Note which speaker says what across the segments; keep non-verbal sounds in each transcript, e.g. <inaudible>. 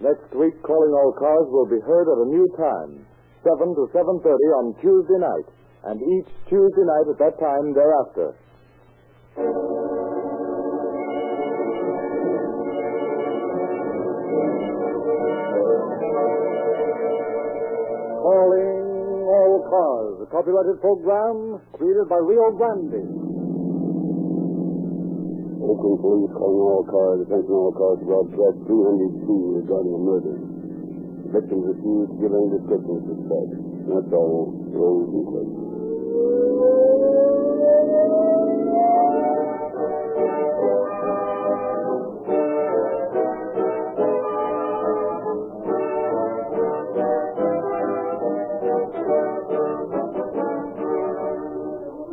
Speaker 1: Next week, Calling All Cars will be heard at a new time, 7 to 7.30 on Tuesday night, and each Tuesday night at that time thereafter. Calling All Cars, a copyrighted program created by Rio Grande.
Speaker 2: Oakland police calling all cars, attention all cars, broadcast 302 regarding a murder. Victim refused to give any description of suspect. That's all. Roll details.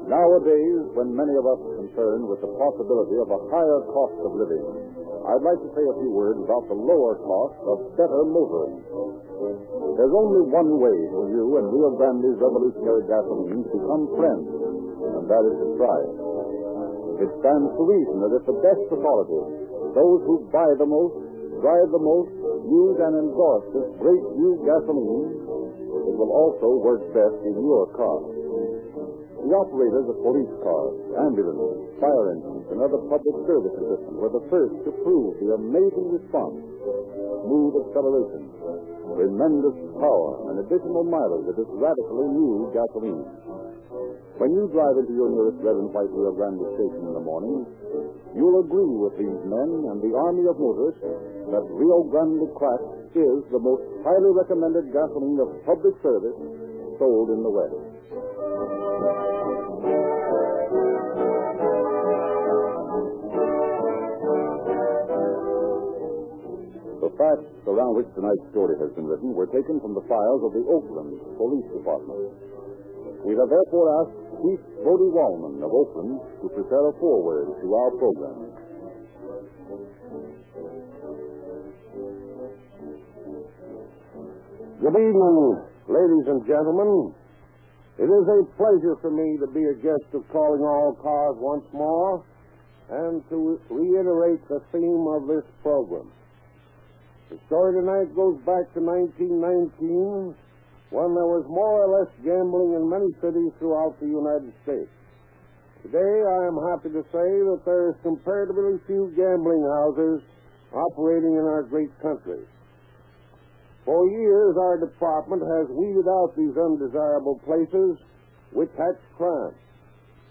Speaker 1: Nowadays, when many of us are concerned with the possibility of a higher cost of living, I'd like to say a few words about the lower cost of better motoring. There's only one way for you and Rio Grande's revolutionary gasoline to become friends, and that is to try it. It stands to reason that if the best of quality, those who buy the most, drive the most, use and endorse this great new gasoline, it will also work best in your car. The operators of police cars, ambulances, fire engines, and other public service systems were the first to prove the amazing response. Smooth acceleration, tremendous power, and additional mileage of this radically new gasoline. When you drive into your nearest red and white Rio Grande station in the morning, you'll agree with these men and the army of motorists that Rio Grande Crack is the most highly recommended gasoline of public service sold in the West. The facts around which tonight's story has been written were taken from the files of the Oakland Police Department. We have therefore asked Chief Bodie Wallman of Oakland to prepare a foreword to our program.
Speaker 2: Good evening, ladies and gentlemen. It is a pleasure for me to be a guest of Calling All Cars once more and to reiterate the theme of this program. The story tonight goes back to 1919 when there was more or less gambling in many cities throughout the United States. Today, I am happy to say that there is comparatively few gambling houses operating in our great country. For years, our department has weeded out these undesirable places which hatch crime.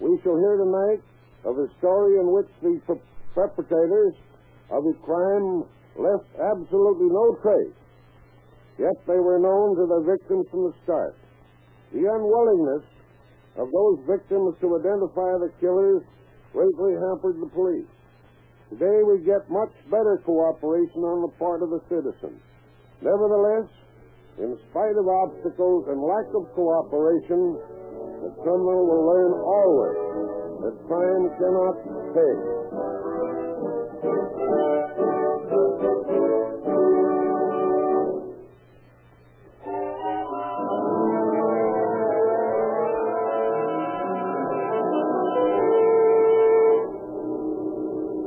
Speaker 2: We shall hear tonight of a story in which the pre- perpetrators of the crime left absolutely no trace, yet they were known to their victims from the start. The unwillingness of those victims to identify the killers greatly hampered the police. Today, we get much better cooperation on the part of the citizens. Nevertheless, in spite of obstacles and lack of cooperation, the criminal will learn always that crime cannot pay.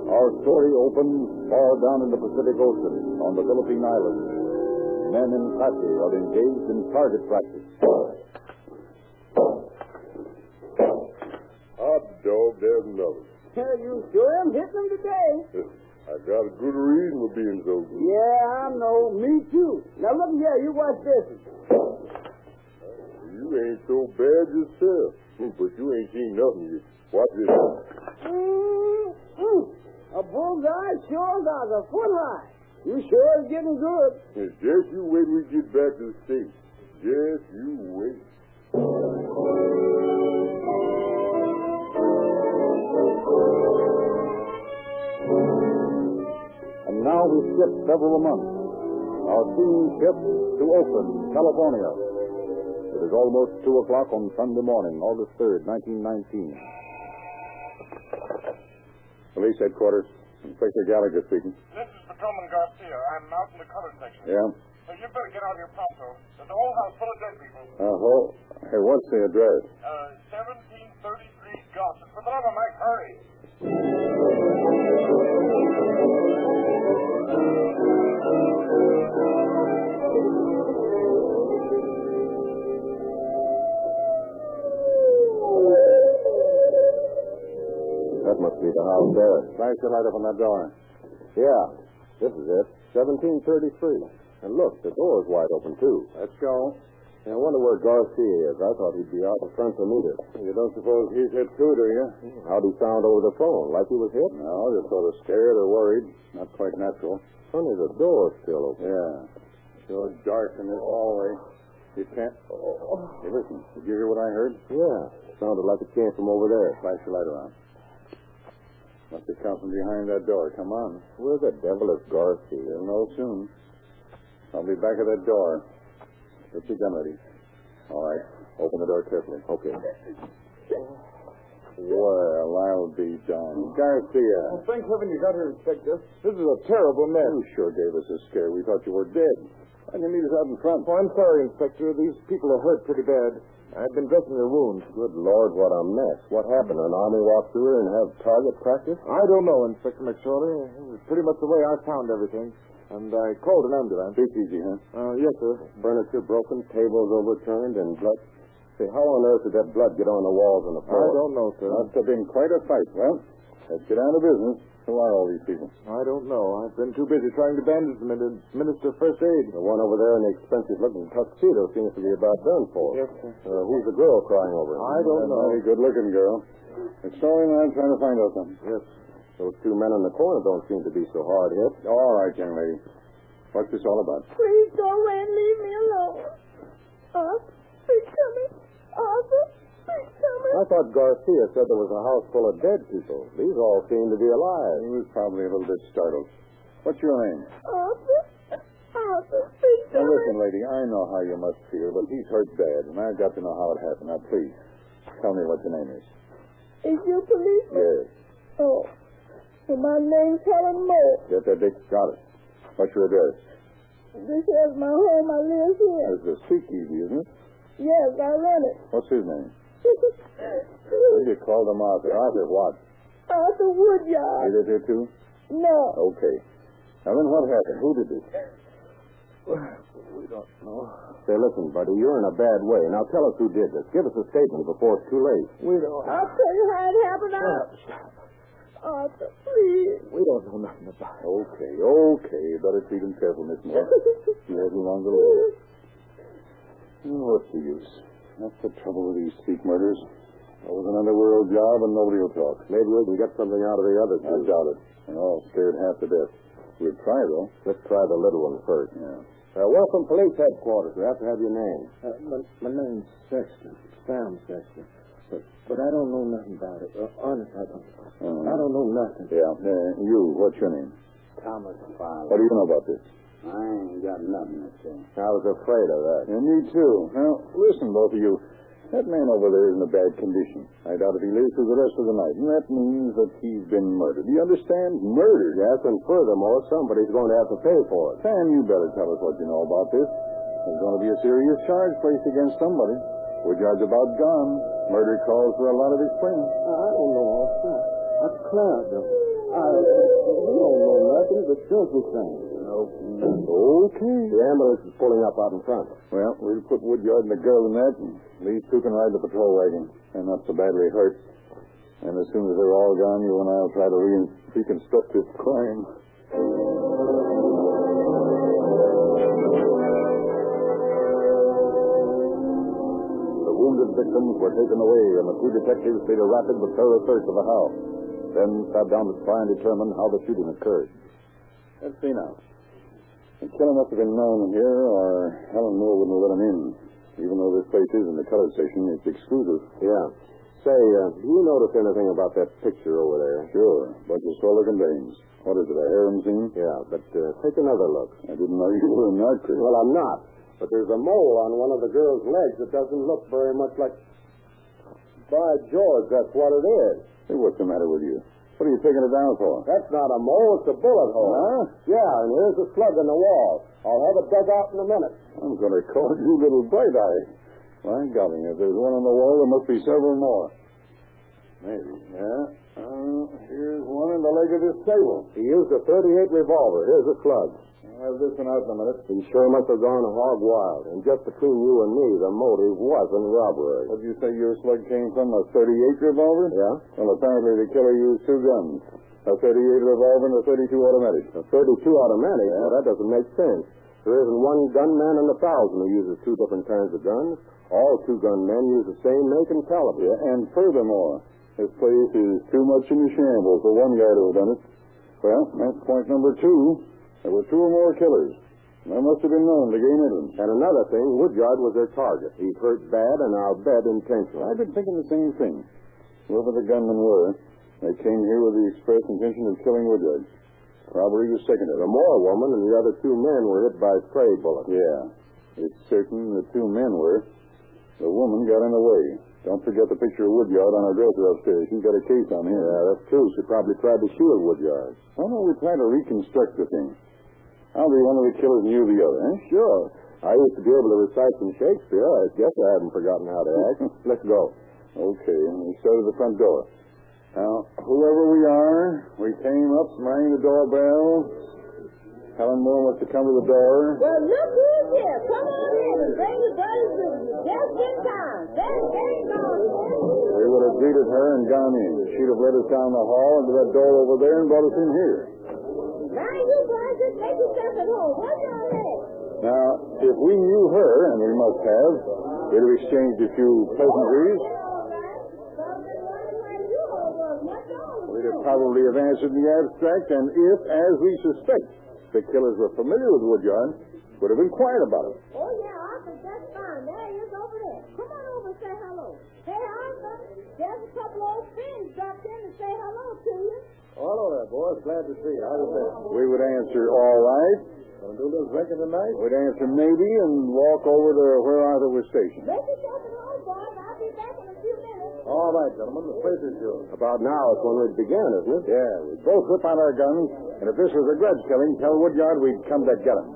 Speaker 1: Our story opens far down in the Pacific Ocean on the Philippine Islands. Men in Apache are engaged in target practice.
Speaker 2: Hot dog, there's another.
Speaker 3: you sure am hitting them today.
Speaker 2: I got a good reason for being so good.
Speaker 3: Yeah, I know. Me too. Now look here, you watch this.
Speaker 2: You ain't so bad yourself, but you ain't seen nothing yet. Watch this.
Speaker 3: Mm, mm. A bullseye sure got a foot high. You sure is getting good.
Speaker 2: Just you wait till we get back to the state. Just you wait.
Speaker 1: And now we skip several months. Our scene shifts to Oakland, California. It is almost 2 o'clock on Sunday morning, August 3rd, 1919. Police headquarters. Inspector Gallagher speaking.
Speaker 4: This is Patrolman Garcia. I'm out in the cover section.
Speaker 1: Yeah?
Speaker 4: So you better get out of here pronto. There's a whole house full of dead people.
Speaker 1: Uh-huh. Hey, what's the address?
Speaker 4: Uh, 1733 Gossip. For the love of Mike, hurry.
Speaker 1: Police I'll bear it. Flash your light up on that door. Yeah, this is it. 1733. And look, the door's wide open, too. Let's go. I wonder where Garcia is. I thought he'd be out in front to meet us. You don't suppose he's hit too, do you? How'd he sound over the phone? Like he was hit? No, just sort of scared or worried. Not quite natural. Funny, the door's still open. Yeah. Sure dark in this hallway. You can't. oh, Hey, listen. Did you hear what I heard? Yeah. Sounded like it came from over there. Flash your light around. Must be come from behind that door. Come on. Where the devil is Garcia? You'll know soon. I'll be back at that door. Get your gun ready. All right. Open the door carefully. Okay. <laughs> Well, I'll be done. Garcia.
Speaker 3: thank heaven you got here, Inspector. This is a terrible mess.
Speaker 1: You sure gave us a scare. We thought you were dead. Why'd you meet us out in front?
Speaker 3: Oh, I'm sorry, Inspector. These people are hurt pretty bad. I've been dressing their wounds.
Speaker 1: Good Lord, what a mess. What happened? An army walked through here and have target practice?
Speaker 3: I don't know, Inspector McSorley. It was pretty much the way I found everything. And I called an ambulance.
Speaker 1: Speak easy, huh?
Speaker 3: Uh, yes, sir.
Speaker 1: Furniture broken, tables overturned, and blood. Say, how on earth did that blood get on the walls and the
Speaker 3: I
Speaker 1: floor?
Speaker 3: don't know, sir.
Speaker 1: Must have been quite a fight. Well, let's get down to business. Who are all these people?
Speaker 3: I don't know. I've been too busy trying to bandage them and administer first aid.
Speaker 1: The one over there in the expensive looking tuxedo seems to be about done for.
Speaker 3: Yes, sir.
Speaker 1: Uh, who's the girl crying over?
Speaker 3: I don't
Speaker 1: That
Speaker 3: know.
Speaker 1: Very good looking girl. It's sorry, I'm trying to find out something.
Speaker 3: Yes.
Speaker 1: Those two men in the corner don't seem to be so hard hit. All right, young lady. What's this all about?
Speaker 5: Please go away and leave me alone. Arthur, please come in. Arthur, please come in.
Speaker 1: I thought Garcia said there was a house full of dead people. These all seem to be alive. He was probably a little bit startled. What's your name?
Speaker 5: Arthur, Arthur, please
Speaker 1: Now,
Speaker 5: come
Speaker 1: listen,
Speaker 5: in.
Speaker 1: lady, I know how you must feel, but he's hurt bad, and I've got to know how it happened. Now, please, tell me what your name is.
Speaker 5: Is you a policeman?
Speaker 1: Yes.
Speaker 5: Oh. Well, my name's Helen Moore.
Speaker 1: Get that dick. Got it. What's your address?
Speaker 5: This is my home. I live here.
Speaker 1: It's a speakeasy, isn't it?
Speaker 5: Yes, I run it. <laughs>
Speaker 1: What's his name? You called him Arthur. Arthur what?
Speaker 5: Arthur
Speaker 1: He
Speaker 5: Woodyard.
Speaker 1: lived here, too?
Speaker 5: No.
Speaker 1: Okay. Now, then what happened? Who did this?
Speaker 3: We don't know.
Speaker 1: Say, listen, buddy, you're in a bad way. Now tell us who did this. Give us a statement before it's too late.
Speaker 3: We don't.
Speaker 5: I'll tell you how it happened. I'll- Arthur, please. <laughs>
Speaker 3: We don't know nothing about it.
Speaker 1: Okay, okay. Better treat him careful, Miss Moore. He hasn't long to live. Oh, what's the use? That's the trouble with these speak murders. That was an underworld job, and nobody will talk. Maybe we can get something out of the others. I doubt it. They're all scared half to death. We'd try, though. Let's try the little one first. Yeah. Uh, welcome, police headquarters. We have to have your name.
Speaker 3: Uh, my, my name's Sexton. Sam Sexton. But, but I don't know nothing about it. Uh, honest, I don't.
Speaker 1: Uh-huh.
Speaker 3: I don't know nothing.
Speaker 1: Yeah. Uh, you, what's your name?
Speaker 3: Thomas
Speaker 1: What
Speaker 3: Fowler.
Speaker 1: do you know about this?
Speaker 3: I ain't got nothing to say.
Speaker 1: I was afraid of that. And me too. Now, listen, both of you. That man over there is in a bad condition. I doubt if he lives through the rest of the night. And that means that he's been murdered. Do you understand? Murdered. Yes, and furthermore, somebody's going to have to pay for it. Sam, you better tell us what you know about this. There's going to be a serious charge placed against somebody. We're judge about gone. Murder calls for a lot of explaining.
Speaker 3: I don't know all that. I'm proud of it. I you don't know nothing but simple things.
Speaker 1: Okay. The ambulance is pulling up out in front. Well, we'll put Woodyard and the girl in that, and these two can ride the patrol wagon. They're not so badly hurt. And as soon as they're all gone, you and I'll try to re- reconstruct this crime. The wounded victims were taken away, and the two detectives made a rapid but thorough search of the house. Then sat down to try and determine how the shooting occurred. Let's see now. The killer must have been known here, or Helen Moore wouldn't have let him in. Even though this place is in the color station, it's exclusive. Yeah. Say, uh, do you notice anything about that picture over there? Sure. Bunch of solar contains. What is it, a harem scene? Yeah, but uh, take another look. I didn't know you were an art critic.
Speaker 2: Well, I'm not. But there's a mole on one of the girl's legs that doesn't look very much like. By George, that's what it is.
Speaker 1: Hey, what's the matter with you? What are you taking it down for?
Speaker 2: That's not a mole, it's a bullet hole.
Speaker 1: Huh?
Speaker 2: Yeah, and here's a slug in the wall. I'll have it dug out in a minute.
Speaker 1: I'm going to call you little bright eye. My golly, if there's one on the wall, there must be several more. Maybe. Yeah.
Speaker 2: Uh,
Speaker 1: Uh, here's one in the leg of this table.
Speaker 2: He used a 38 revolver. Here's a slug.
Speaker 1: Yeah, I'll have this one out in a minute.
Speaker 2: He sure must have gone hog wild. And just between you and me, the motive wasn't robbery.
Speaker 1: What did you say your slug came from? A 38 revolver?
Speaker 2: Yeah?
Speaker 1: Well, apparently the killer used two guns. A 38 revolver and a 32 automatic.
Speaker 2: A 32 automatic?
Speaker 1: Yeah.
Speaker 2: Well, that doesn't make sense. There isn't one gunman in a thousand who uses two different kinds of guns. All two gunmen use the same make and caliber.
Speaker 1: Yeah, and furthermore, this place is too much in the shambles for one guy to have done it. Well, that's point number two. There were two or more killers. And They must have been known to gain entrance.
Speaker 2: And another thing, Woodyard was their target. He hurt bad, and I'll bet intentionally.
Speaker 1: I've been thinking the same thing. Whoever the gunmen were, they came here with the express intention of killing Woodyard. Robbery was secondary.
Speaker 2: The Moore woman and the other two men were hit by stray bullets.
Speaker 1: Yeah. It's certain the two men were. The woman got in the way. Don't forget the picture of Woodyard on her dresser upstairs. She's got a case on him.
Speaker 2: Yeah, that's true. She probably tried to shield Woodyard.
Speaker 1: Why don't we try to reconstruct the thing? I'll be one of the killers and you the other, eh?
Speaker 2: Sure. I used to be able to recite some Shakespeare. I guess I haven't forgotten how to
Speaker 1: <laughs>
Speaker 2: act. Let's go.
Speaker 1: Okay, and we started the front door. Now, whoever we are, we came up, rang the doorbell. Helen Moore must have come to the door.
Speaker 5: Well, look who's here. Come on in and bring your buddies with you. Just in time. Very, very long.
Speaker 1: We would have greeted her and gone in. She'd have led us down the hall into that door over there and brought us in here.
Speaker 5: Now, you boys just make yourself at home. What's your name?
Speaker 1: Now, if we knew her, and we must have, we'd have exchanged a few
Speaker 5: Oh,
Speaker 1: pleasantries. We'd have probably have answered in the abstract, and if, as we suspect, the killers were familiar with Woodyard, would have inquired about it.
Speaker 5: Oh, yeah, Arthur's just fine. There he is over there. Come on over and say hello. Hey, Arthur, there's a couple old friends dropped in to say hello to you.
Speaker 3: Oh, Hello there, boys. Glad to see you. How you been?
Speaker 1: We would answer, all right.
Speaker 3: Gonna do a little drinking tonight?
Speaker 1: We'd answer, maybe, and walk over to where Arthur was stationed.
Speaker 5: Make yourself at home, boys. I'll be back in a few minutes.
Speaker 3: All right, gentlemen. The place is yours.
Speaker 2: About now is when we began, isn't it?
Speaker 1: Yeah, we'd both whip out our guns, and if this was a grudge killing, tell Woodyard we'd come to get him.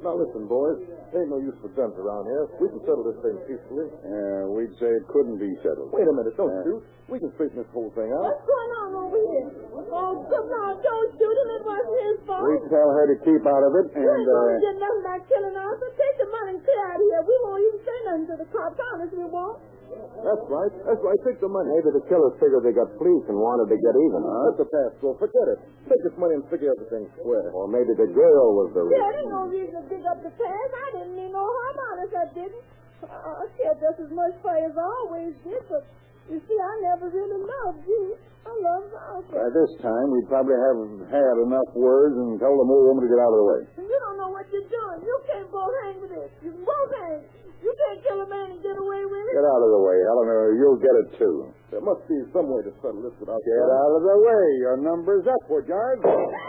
Speaker 3: Now listen, boys. Ain't no use for guns around here. We can settle this thing peacefully.
Speaker 1: Yeah, we'd say it couldn't be settled.
Speaker 3: Wait a minute. Don't
Speaker 1: Yeah.
Speaker 3: shoot. We can straighten this whole thing out.
Speaker 5: What's going on over here? Oh, come on, don't shoot him. It wasn't his fault.
Speaker 1: We'd tell her to keep out of it, and,
Speaker 5: You ain't gonna
Speaker 1: uh,
Speaker 5: get nothing by killing Arthur. Take the money and clear out of here. We won't even say nothing to the cops. Honest, we won't.
Speaker 3: That's right. That's right. Take the money.
Speaker 2: Maybe the killers figured they got fleeced and wanted to get even, huh?
Speaker 3: Let the past go. Forget it. Take this money and figure everything square.
Speaker 2: Or maybe the girl was the
Speaker 5: Yeah, there ain't no reason to dig up the past. I didn't mean no harm, honest, I didn't. Uh, I cared just as much for you as I always did, but you see, I never really loved you. I loved Arthur.
Speaker 1: by this time we'd probably have had enough words and tell the old woman to get out of the way.
Speaker 5: You don't know what you're doing. You can't both hang with this. You can both hang. You can't kill a man and get away with it.
Speaker 1: Get out of the way, Eleanor. You'll get it too.
Speaker 3: There must be some way to settle this without
Speaker 1: Get out of the way. Your number's up, Woodyard.
Speaker 5: You killed him! You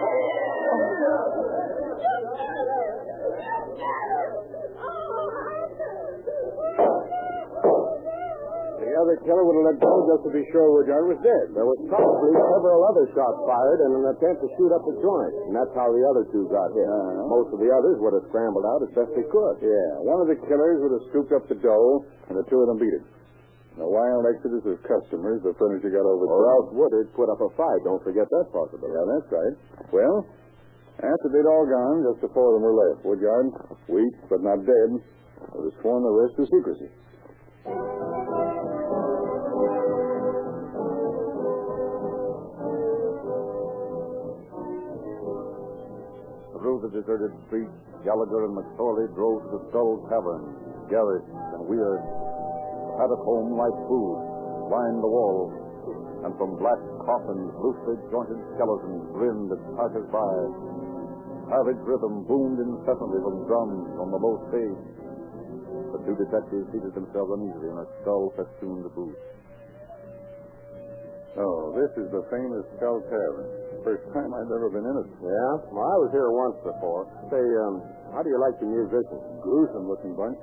Speaker 5: killed him! Oh, Arthur!
Speaker 1: The other killer would have let go just to be sure Woodyard was dead.
Speaker 2: There was probably several other shots fired in an attempt to shoot up the joint, and that's how the other two got hit.
Speaker 1: Uh-huh.
Speaker 2: Most of the others would have scrambled out as best they could.
Speaker 1: Yeah, one of the killers would have scooped up the dough, and the two of them beat it. In the wild exodus of customers, the furniture got over.
Speaker 2: Or else Woodard put up a fight. Don't forget that possibility.
Speaker 1: Yeah, that's right. Well, after they'd all gone, just the four of them were left. Woodyard, weak but not dead, would have sworn the rest to secrecy.
Speaker 2: Through the deserted streets, Gallagher and McSorley drove to the dull taverns, garish and weird. Had at home like food, lined the walls, and from black coffins, loosely jointed skeletons grinned at passers-by. Savage rhythm boomed incessantly from drums on the low stage. The two detectives seated themselves uneasily in a skull festooned booth.
Speaker 1: Oh, this is the famous Bell Tavern. First time I've ever been in it.
Speaker 2: Yeah? Well, I was here once before. Say, um, how do you like the musicians?
Speaker 1: Gruesome looking bunch.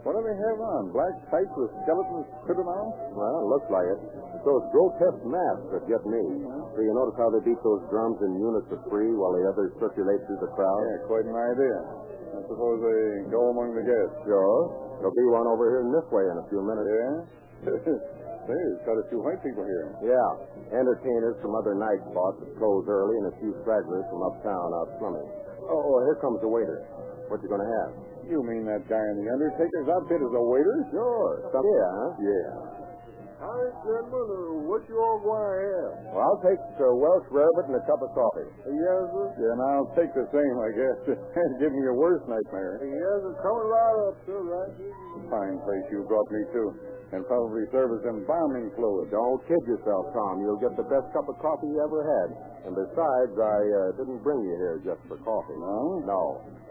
Speaker 1: What do they have on? Black tights with skeletons printed on?
Speaker 2: Well, it looks like it. It's those grotesque masks that get me. So you notice how they beat those drums in units of three while the others circulate through the crowd?
Speaker 1: Yeah, quite an idea. I suppose they go among the guests. <laughs>
Speaker 2: Sure. There'll be one over here in this way in a few minutes.
Speaker 1: Yeah? There's quite a few white people here.
Speaker 2: Yeah. Entertainers from other night spots that close early and a few stragglers from uptown out slumming. Oh, here comes the waiter. What you gonna have?
Speaker 1: You mean that guy in the Undertaker's outfit is a waiter?
Speaker 2: Sure. Some... Yeah, huh?
Speaker 1: Yeah.
Speaker 2: Honest gentlemen, what you all gonna have? Well, I'll take a Welsh rarebit and a cup of coffee. Yes, sir.
Speaker 1: Then I'll take the same, I guess. <laughs> Give me your worst nightmare.
Speaker 2: Yes, sir. Coming right up, sir, right?
Speaker 1: Fine place you brought me to. And probably serve as embalming fluid.
Speaker 2: Don't kid yourself, Tom. You'll get the best cup of coffee you ever had. And besides, I uh, didn't bring you here just for coffee.
Speaker 1: No?
Speaker 2: No.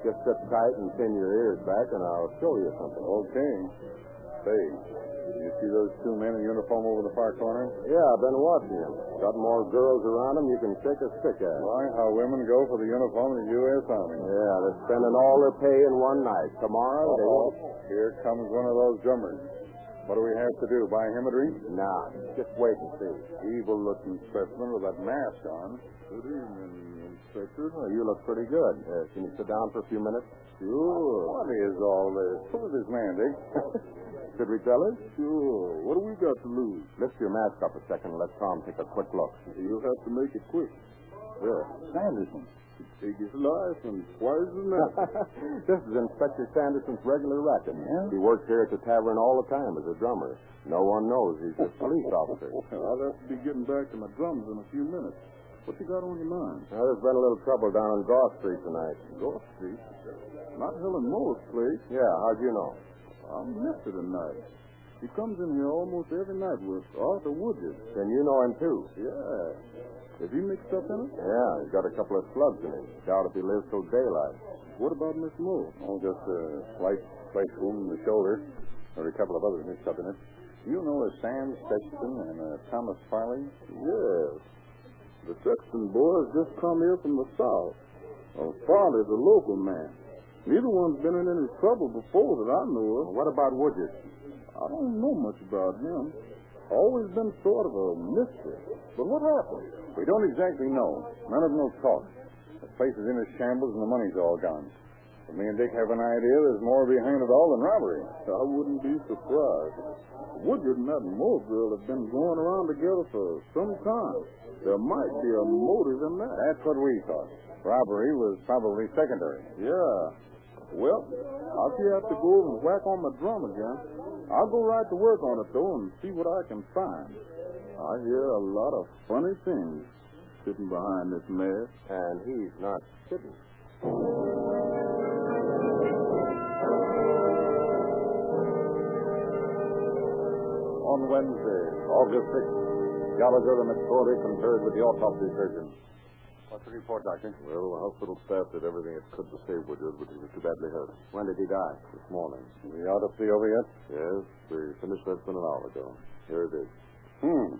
Speaker 2: Just sit tight and pin your ears back, and I'll show you something.
Speaker 1: Okay. Say, you see those two men in uniform over the far corner?
Speaker 2: Yeah, I've been watching them. Got more girls around them you can shake a stick at.
Speaker 1: Why, how women go for the uniform of the U.S. Army.
Speaker 2: Yeah, they're spending all their pay in one night. Tomorrow they
Speaker 1: Uh-oh.
Speaker 2: won't.
Speaker 1: Here comes one of those drummers. What do we have to do? Buy him a drink?
Speaker 2: Nah, just wait and see.
Speaker 1: Evil looking specimen with that mask on. Good evening, Inspector.
Speaker 2: Oh, you look pretty good. Uh, can you sit down for a few minutes?
Speaker 1: Sure. What is all this? Who's this man,
Speaker 2: <laughs>
Speaker 1: Dick?
Speaker 2: Should we tell her?
Speaker 1: sure. What do we got to lose?
Speaker 2: Lift your mask up a second and let Tom take a quick look.
Speaker 1: You'll have to make it quick.
Speaker 2: Sure.
Speaker 1: Sanderson. Take his life and twice as <laughs> much.
Speaker 2: this is Inspector Sanderson's regular racket.
Speaker 1: Yeah?
Speaker 2: He works here at the tavern all the time as a drummer. No one knows he's a police
Speaker 1: <laughs>
Speaker 2: officer.
Speaker 1: I'll have to be getting back to my drums in a few minutes. What you got on your mind?
Speaker 2: Now, there's been a little trouble down on Goss Street tonight.
Speaker 1: North Street. Not Helen Moore's place.
Speaker 2: Yeah, how'd you know?
Speaker 1: I missed it tonight. He comes in here almost every night with Arthur Woodard.
Speaker 2: Then you know him too.
Speaker 1: Yeah. Is he mixed up in it?
Speaker 2: Yeah, he's got a couple of slugs in him. Doubt if he lives till daylight.
Speaker 1: What about Miss Moore? Oh, just a slight, slight wound in the shoulder. There are a couple of others mixed up in it. You know a Sam Sexton and a Thomas Farley?
Speaker 2: Yes.
Speaker 1: The Sexton boys just come here from the South. Well, Farley's a local man. Neither one's been in any trouble before that I know of.
Speaker 2: Well, what about Woodard?
Speaker 1: I don't know much about him. Always been sort of a mystery. But what happened? We don't exactly know. None of them will talk. The place is in a shambles and the money's all gone. But me and Dick have an idea there's more behind it all than robbery. I wouldn't be surprised. Woodard and that Moore girl have been going around together for some time. There might be a motive in that. That's what we thought. Robbery was probably secondary. Yeah. Well, I'll see you have to go over and whack on my drum again. I'll go right to work on it, though, and see what I can find. I hear a lot of funny things sitting behind this mask.
Speaker 2: And he's not kidding.
Speaker 1: On Wednesday, August 6th, Gallagher and McCrory conferred with the autopsy surgeon. What's the report, Doctor?
Speaker 2: Well, the hospital staff did everything it could to save Woodard, but he was too badly hurt. When did he die? This morning.
Speaker 1: The autopsy over yet?
Speaker 2: Yes, we finished that an hour ago. Here it is.
Speaker 1: Hmm.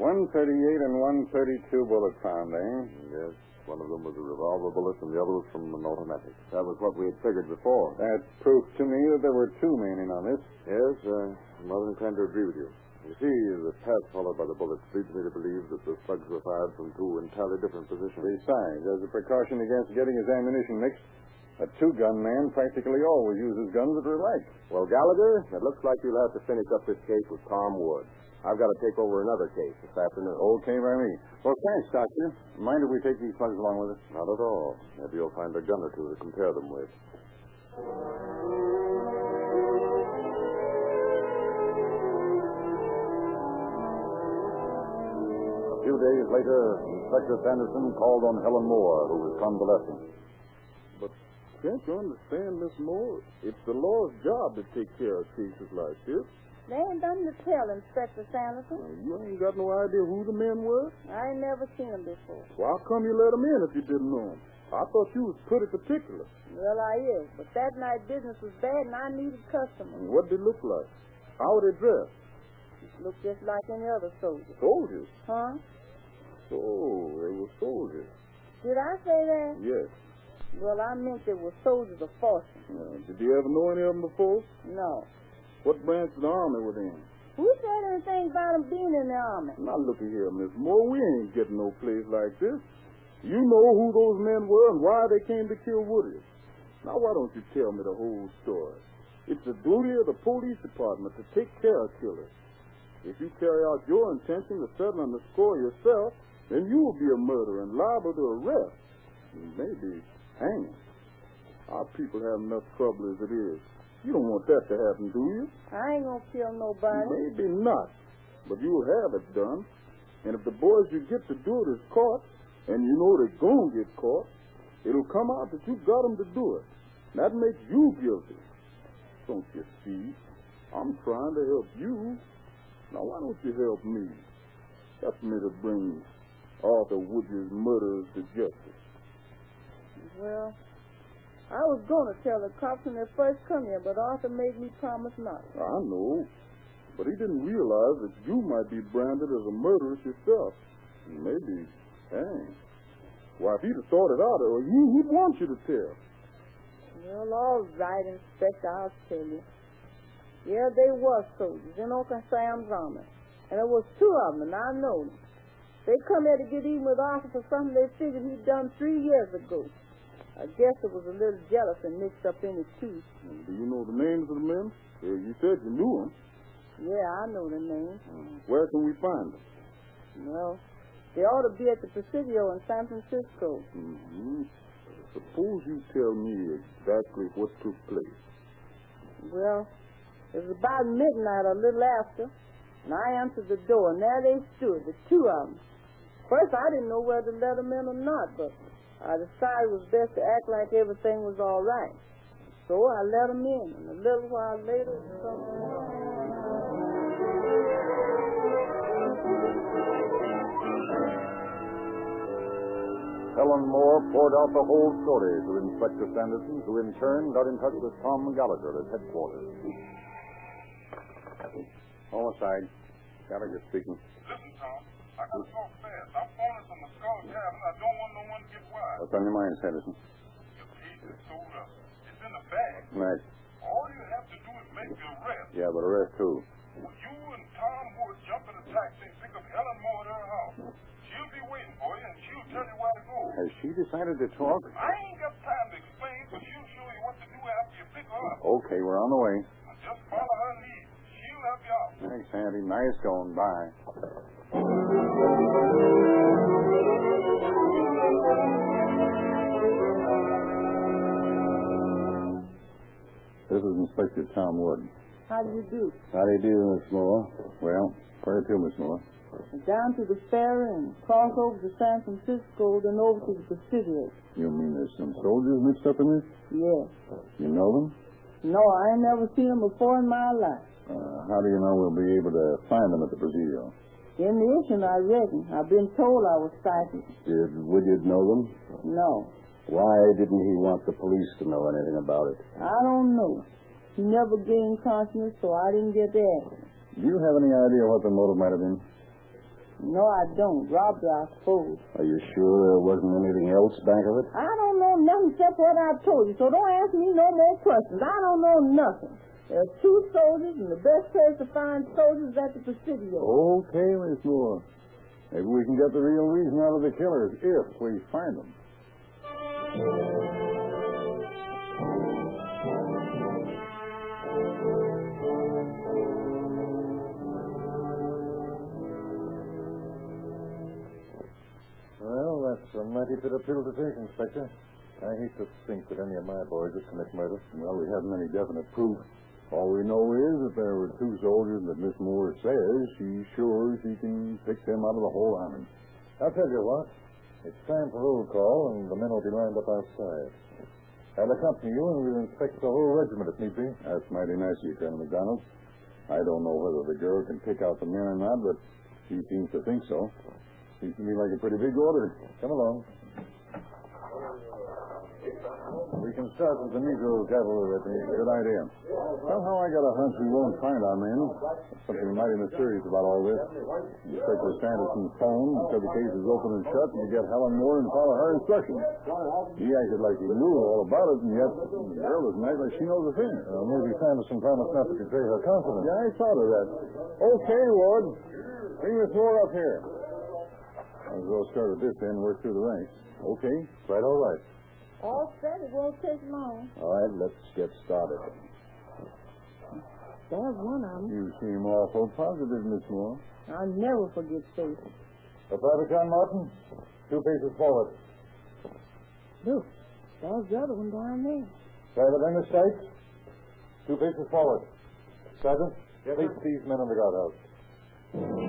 Speaker 1: 138 and 132 bullets found, eh?
Speaker 2: Yes, one of them was a revolver bullet and the other was from an automatic. That was what we had figured before.
Speaker 1: That's proof to me that there were two men in on this.
Speaker 2: Yes, uh, I'm rather inclined to agree with you. You see, the path followed by the bullets leads me to believe that the slugs were fired from two entirely different positions.
Speaker 1: Besides, as a precaution against getting his ammunition mixed, a two-gun man practically always uses guns that are alike.
Speaker 2: Well, Gallagher, it looks like you'll have to finish up this case with Tom Wood. I've got to take over another case this afternoon.
Speaker 1: Okay by me. Well, thanks, Doctor. Mind if we take these slugs along with us?
Speaker 2: Not at all. Maybe you'll find a gun or two to compare them with.
Speaker 1: A few days later, Inspector Sanderson called on Helen Moore, who was convalescent. But can't you understand, Miss Moore? It's the law's job to take care of cases like this.
Speaker 5: They ain't done to tell, Inspector Sanderson.
Speaker 1: You ain't got no idea who the men were?
Speaker 5: I ain't never seen him before.
Speaker 1: Why come you let them in if you didn't know them? I thought you was pretty particular.
Speaker 5: Well, I is, but that night business was bad and I needed customers.
Speaker 1: What they look like? How they dress?
Speaker 5: Looked just like any other soldier.
Speaker 1: Soldiers.
Speaker 5: Huh?
Speaker 1: Oh, they were soldiers.
Speaker 5: Did I say that?
Speaker 1: Yes.
Speaker 5: Well, I meant they were soldiers of fortune.
Speaker 1: Now, did you ever know any of them before?
Speaker 5: No.
Speaker 1: What branch of the army were they in?
Speaker 5: Who said anything about him being in the army?
Speaker 1: Now looky here, Miss Moore, we ain't getting no place like this. You know who those men were and why they came to kill Woodard. Now why don't you tell me the whole story? It's the duty of the police department to take care of killers. If you carry out your intention of settling the score yourself, then you will be a murderer and liable to arrest. and Maybe Hanging? Our people have enough trouble as it is. You don't want that to happen, do you?
Speaker 6: I ain't gonna kill nobody.
Speaker 1: Maybe not, but you'll have it done. And if the boys you get to do it is caught, and you know they're going to get caught, it'll come out that you got 'em to do it. And that makes you guilty. Don't you see? I'm trying to help you. Now, why don't you help me? Help me to bring Arthur Wood's murderers to justice.
Speaker 6: Well, I was gonna tell the cops when they first come here, but Arthur made me promise not. to.
Speaker 1: I know, but he didn't realize that you might be branded as a murderess yourself. Maybe hanged. Why, if he'd have thought it out, or he, he'd want you to tell.
Speaker 6: Well, all right, Inspector, I'll tell you. Yeah, they were soldiers in Uncle Sam's army, and there was two of them, and I know them. They come here to get even with Arthur for something they figured he'd done three years ago. I guess it was a little jealous and mixed up in his teeth.
Speaker 1: And do you know the names of the men? Yeah, you said you knew them.
Speaker 6: Yeah, I know the name.
Speaker 1: Where can we find them?
Speaker 6: Well, they ought to be at the Presidio in San Francisco.
Speaker 1: hmm Suppose you tell me exactly what took place.
Speaker 6: Well, it was about midnight or a little after, and I answered the door, and there they stood, the two of them. First, I didn't know whether to let 'em in or not, but I decided it was best to act like everything was all right. So I let 'em in, and a little while later, something...
Speaker 1: Helen Moore poured out the whole story to Inspector Sanderson, who in turn got in touch with Tom Gallagher at headquarters. Homicide. Gallagher speaking.
Speaker 4: Listen, Tom, I gotta go fast. I'm phoning from the skull cabin. I don't want no one to get wise.
Speaker 1: What's on your mind, Sanderson?
Speaker 4: Your case is sold up. It's in the bag.
Speaker 1: Right.
Speaker 4: All you have to do is make the arrest.
Speaker 1: Yeah, but arrest who?
Speaker 4: You and Tom Wood jump in a taxi and pick up Helen Moore at her house. She'll be waiting for you, and she'll tell you where to go.
Speaker 1: Has she decided to talk?
Speaker 4: I ain't got time to explain, but she'll show you what to do after you pick her up.
Speaker 1: Okay, we're on the way.
Speaker 4: Just follow her lead. She'll help you out.
Speaker 1: Thanks, Sandy. Nice going. Bye. This is Inspector Tom Wood.
Speaker 6: How do you do?
Speaker 1: How do you do, Miss Moore? Well, where to, Miss Moore?
Speaker 6: Down to the ferry and cross over to San Francisco, then over to the Presidio.
Speaker 1: You mean there's some soldiers mixed up in this?
Speaker 6: Yes.
Speaker 1: You know them?
Speaker 6: No, I ain't never seen 'em before in my life.
Speaker 1: Uh, how do you know we'll be able to find them at the Presidio?
Speaker 6: In the issue, I reckon. I've been told I was sighted.
Speaker 1: Did Woodyard know them?
Speaker 6: No,
Speaker 1: Why didn't he want the police to know anything about it?
Speaker 6: I don't know. He never gained consciousness, so I didn't get to ask him.
Speaker 1: Do you have any idea what the motive might have been?
Speaker 6: No, I don't. Robbery, I suppose.
Speaker 1: Are you sure there wasn't anything else back of it?
Speaker 6: I don't know nothing except what I told you, so don't ask me no more questions. I don't know nothing. There are two soldiers, and the best place to find soldiers is at the Presidio.
Speaker 1: Okay, Miss Moore. Maybe we can get the real reason out of the killers if we find them.
Speaker 2: Well, that's a mighty bitter pill to take, Inspector. I hate to think that any of my boys would commit murder.
Speaker 1: Well, we haven't any definite proof. All we know is that there were two soldiers that Miss Moore says she's sure she can pick them out of the whole army.
Speaker 2: I'll tell you what. It's time for roll call, and the men will be lined up outside. I'll accompany you, and we'll inspect the whole regiment if need be.
Speaker 1: That's mighty nice of you, Colonel McDonald. I don't know whether the girl can pick out the men or not, but she seems to think so. Seems to me like a pretty big order.
Speaker 2: Come along.
Speaker 1: We can start with the Negro cavalry, I think. Good idea. Somehow I got a hunch we won't find our men. There's something mighty mysterious about all this. Inspector Sanderson phoned and said the case is open and shut, and you get Helen Moore and follow her instructions. He acted like he knew all about it, and yet the girl doesn't act like she knows a thing.
Speaker 2: Uh, maybe Sanderson promised not to betray her confidence.
Speaker 1: Yeah, I thought of that. Okay, Ward. Bring this Moore up here. Might as well start at this end and work through the ranks. Okay.
Speaker 2: Right, all right.
Speaker 6: All said it won't take long.
Speaker 1: All right, let's get started.
Speaker 6: There's one of 'em.
Speaker 1: You seem awful positive, Miss Moore.
Speaker 6: I'll never forget Faith.
Speaker 2: Uh, Private John Martin, two paces forward.
Speaker 6: Look, There's the other one down there.
Speaker 1: Sergeant in the sights. Two paces forward. Sergeant, place these men in the guardhouse.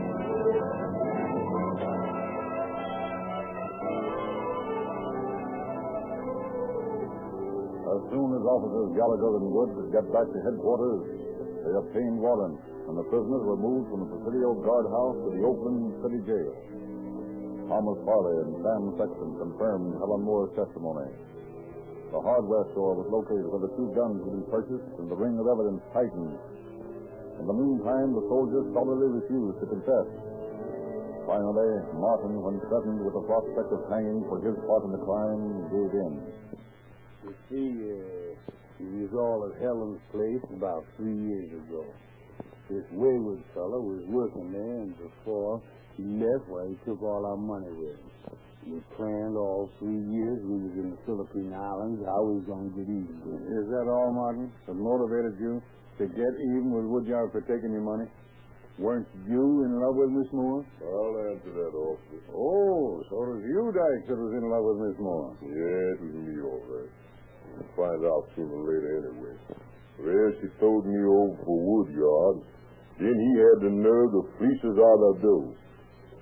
Speaker 1: As soon as officers Gallagher and Woods had got back to headquarters, they obtained warrants, and the prisoners were moved from the Presidio guardhouse to the Oakland City Jail. Thomas Farley and Sam Sexton confirmed Helen Moore's testimony. The hardware store was located where the two guns had been purchased and the ring of evidence tightened. In the meantime, the soldiers solidly refused to confess. Finally, Martin, when threatened with the prospect of hanging for his part in the crime, gave in.
Speaker 7: You see, uh, he was all at Helen's place about three years ago. This wayward fellow was working there, and before he left, why, he took all our money with him. We planned all three years we was in the Philippine Islands how we was going to get even.
Speaker 1: Is that all, Martin? That motivated you to get even with Woodyard for taking your money? Weren't you in love with Miss Moore?
Speaker 2: I'll answer that, officer.
Speaker 1: Oh, so it was you, Dykes, that was in love with Miss Moore.
Speaker 2: Yeah, it was me, all right. We'll find out sooner or later anyway. Well, she towed me over for Woodyard. Then he had the nerve to fleece us out of dough.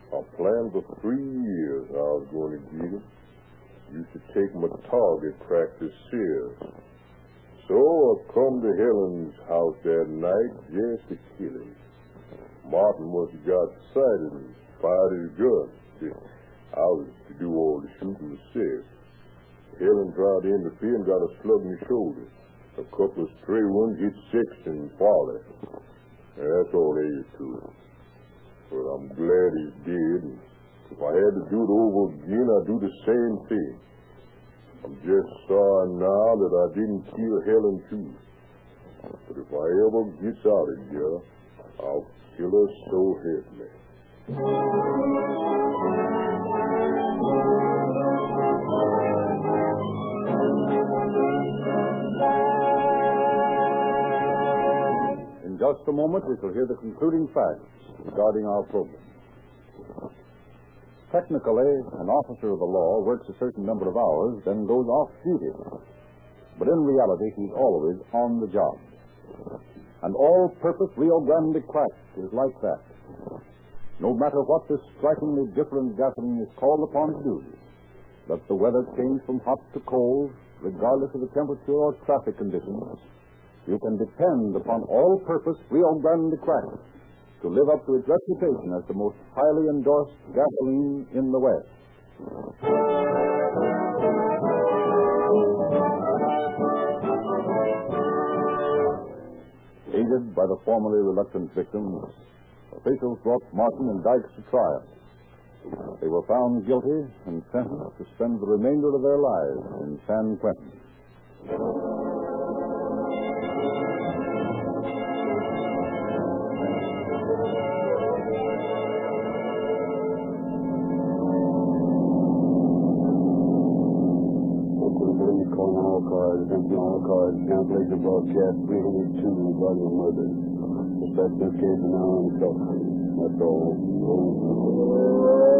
Speaker 2: I planned for three years how I was going to get him. Used to take my target practice serious. So I come to Helen's house that night just to kill him. Martin must have got sight of me, fired his gun. I was to do all the shooting myself. Helen tried to interfere and got a slug in the shoulder. A couple of stray ones hit Sexton and Farley. That's all there is to it. But I'm glad he's dead. and If I had to do it over again, I'd do the same thing. I'm just sorry now that I didn't kill Helen too. But if I ever gets out of here, I'll kill her so help me.
Speaker 1: In just a moment, we shall hear the concluding facts regarding our program. Technically, an officer of the law works a certain number of hours, then goes off duty. But in reality, he's always on the job. And all purpose Rio Grande crack is like that. No matter what this strikingly different gathering is called upon to do, let the weather change from hot to cold, regardless of the temperature or traffic conditions, you can depend upon all purpose Rio Grande Crackers to live up to its reputation as the most highly endorsed gasoline in the West. Aided by the formerly reluctant victims, officials brought Martin and Dykes to trial. They were found guilty and sentenced to spend the remainder of their lives in San Quentin.
Speaker 7: Oakland Police calling all cars, attention all cars, cancellation broadcast 302 regarding a murder. Suspect in this case is now in custody. That's all.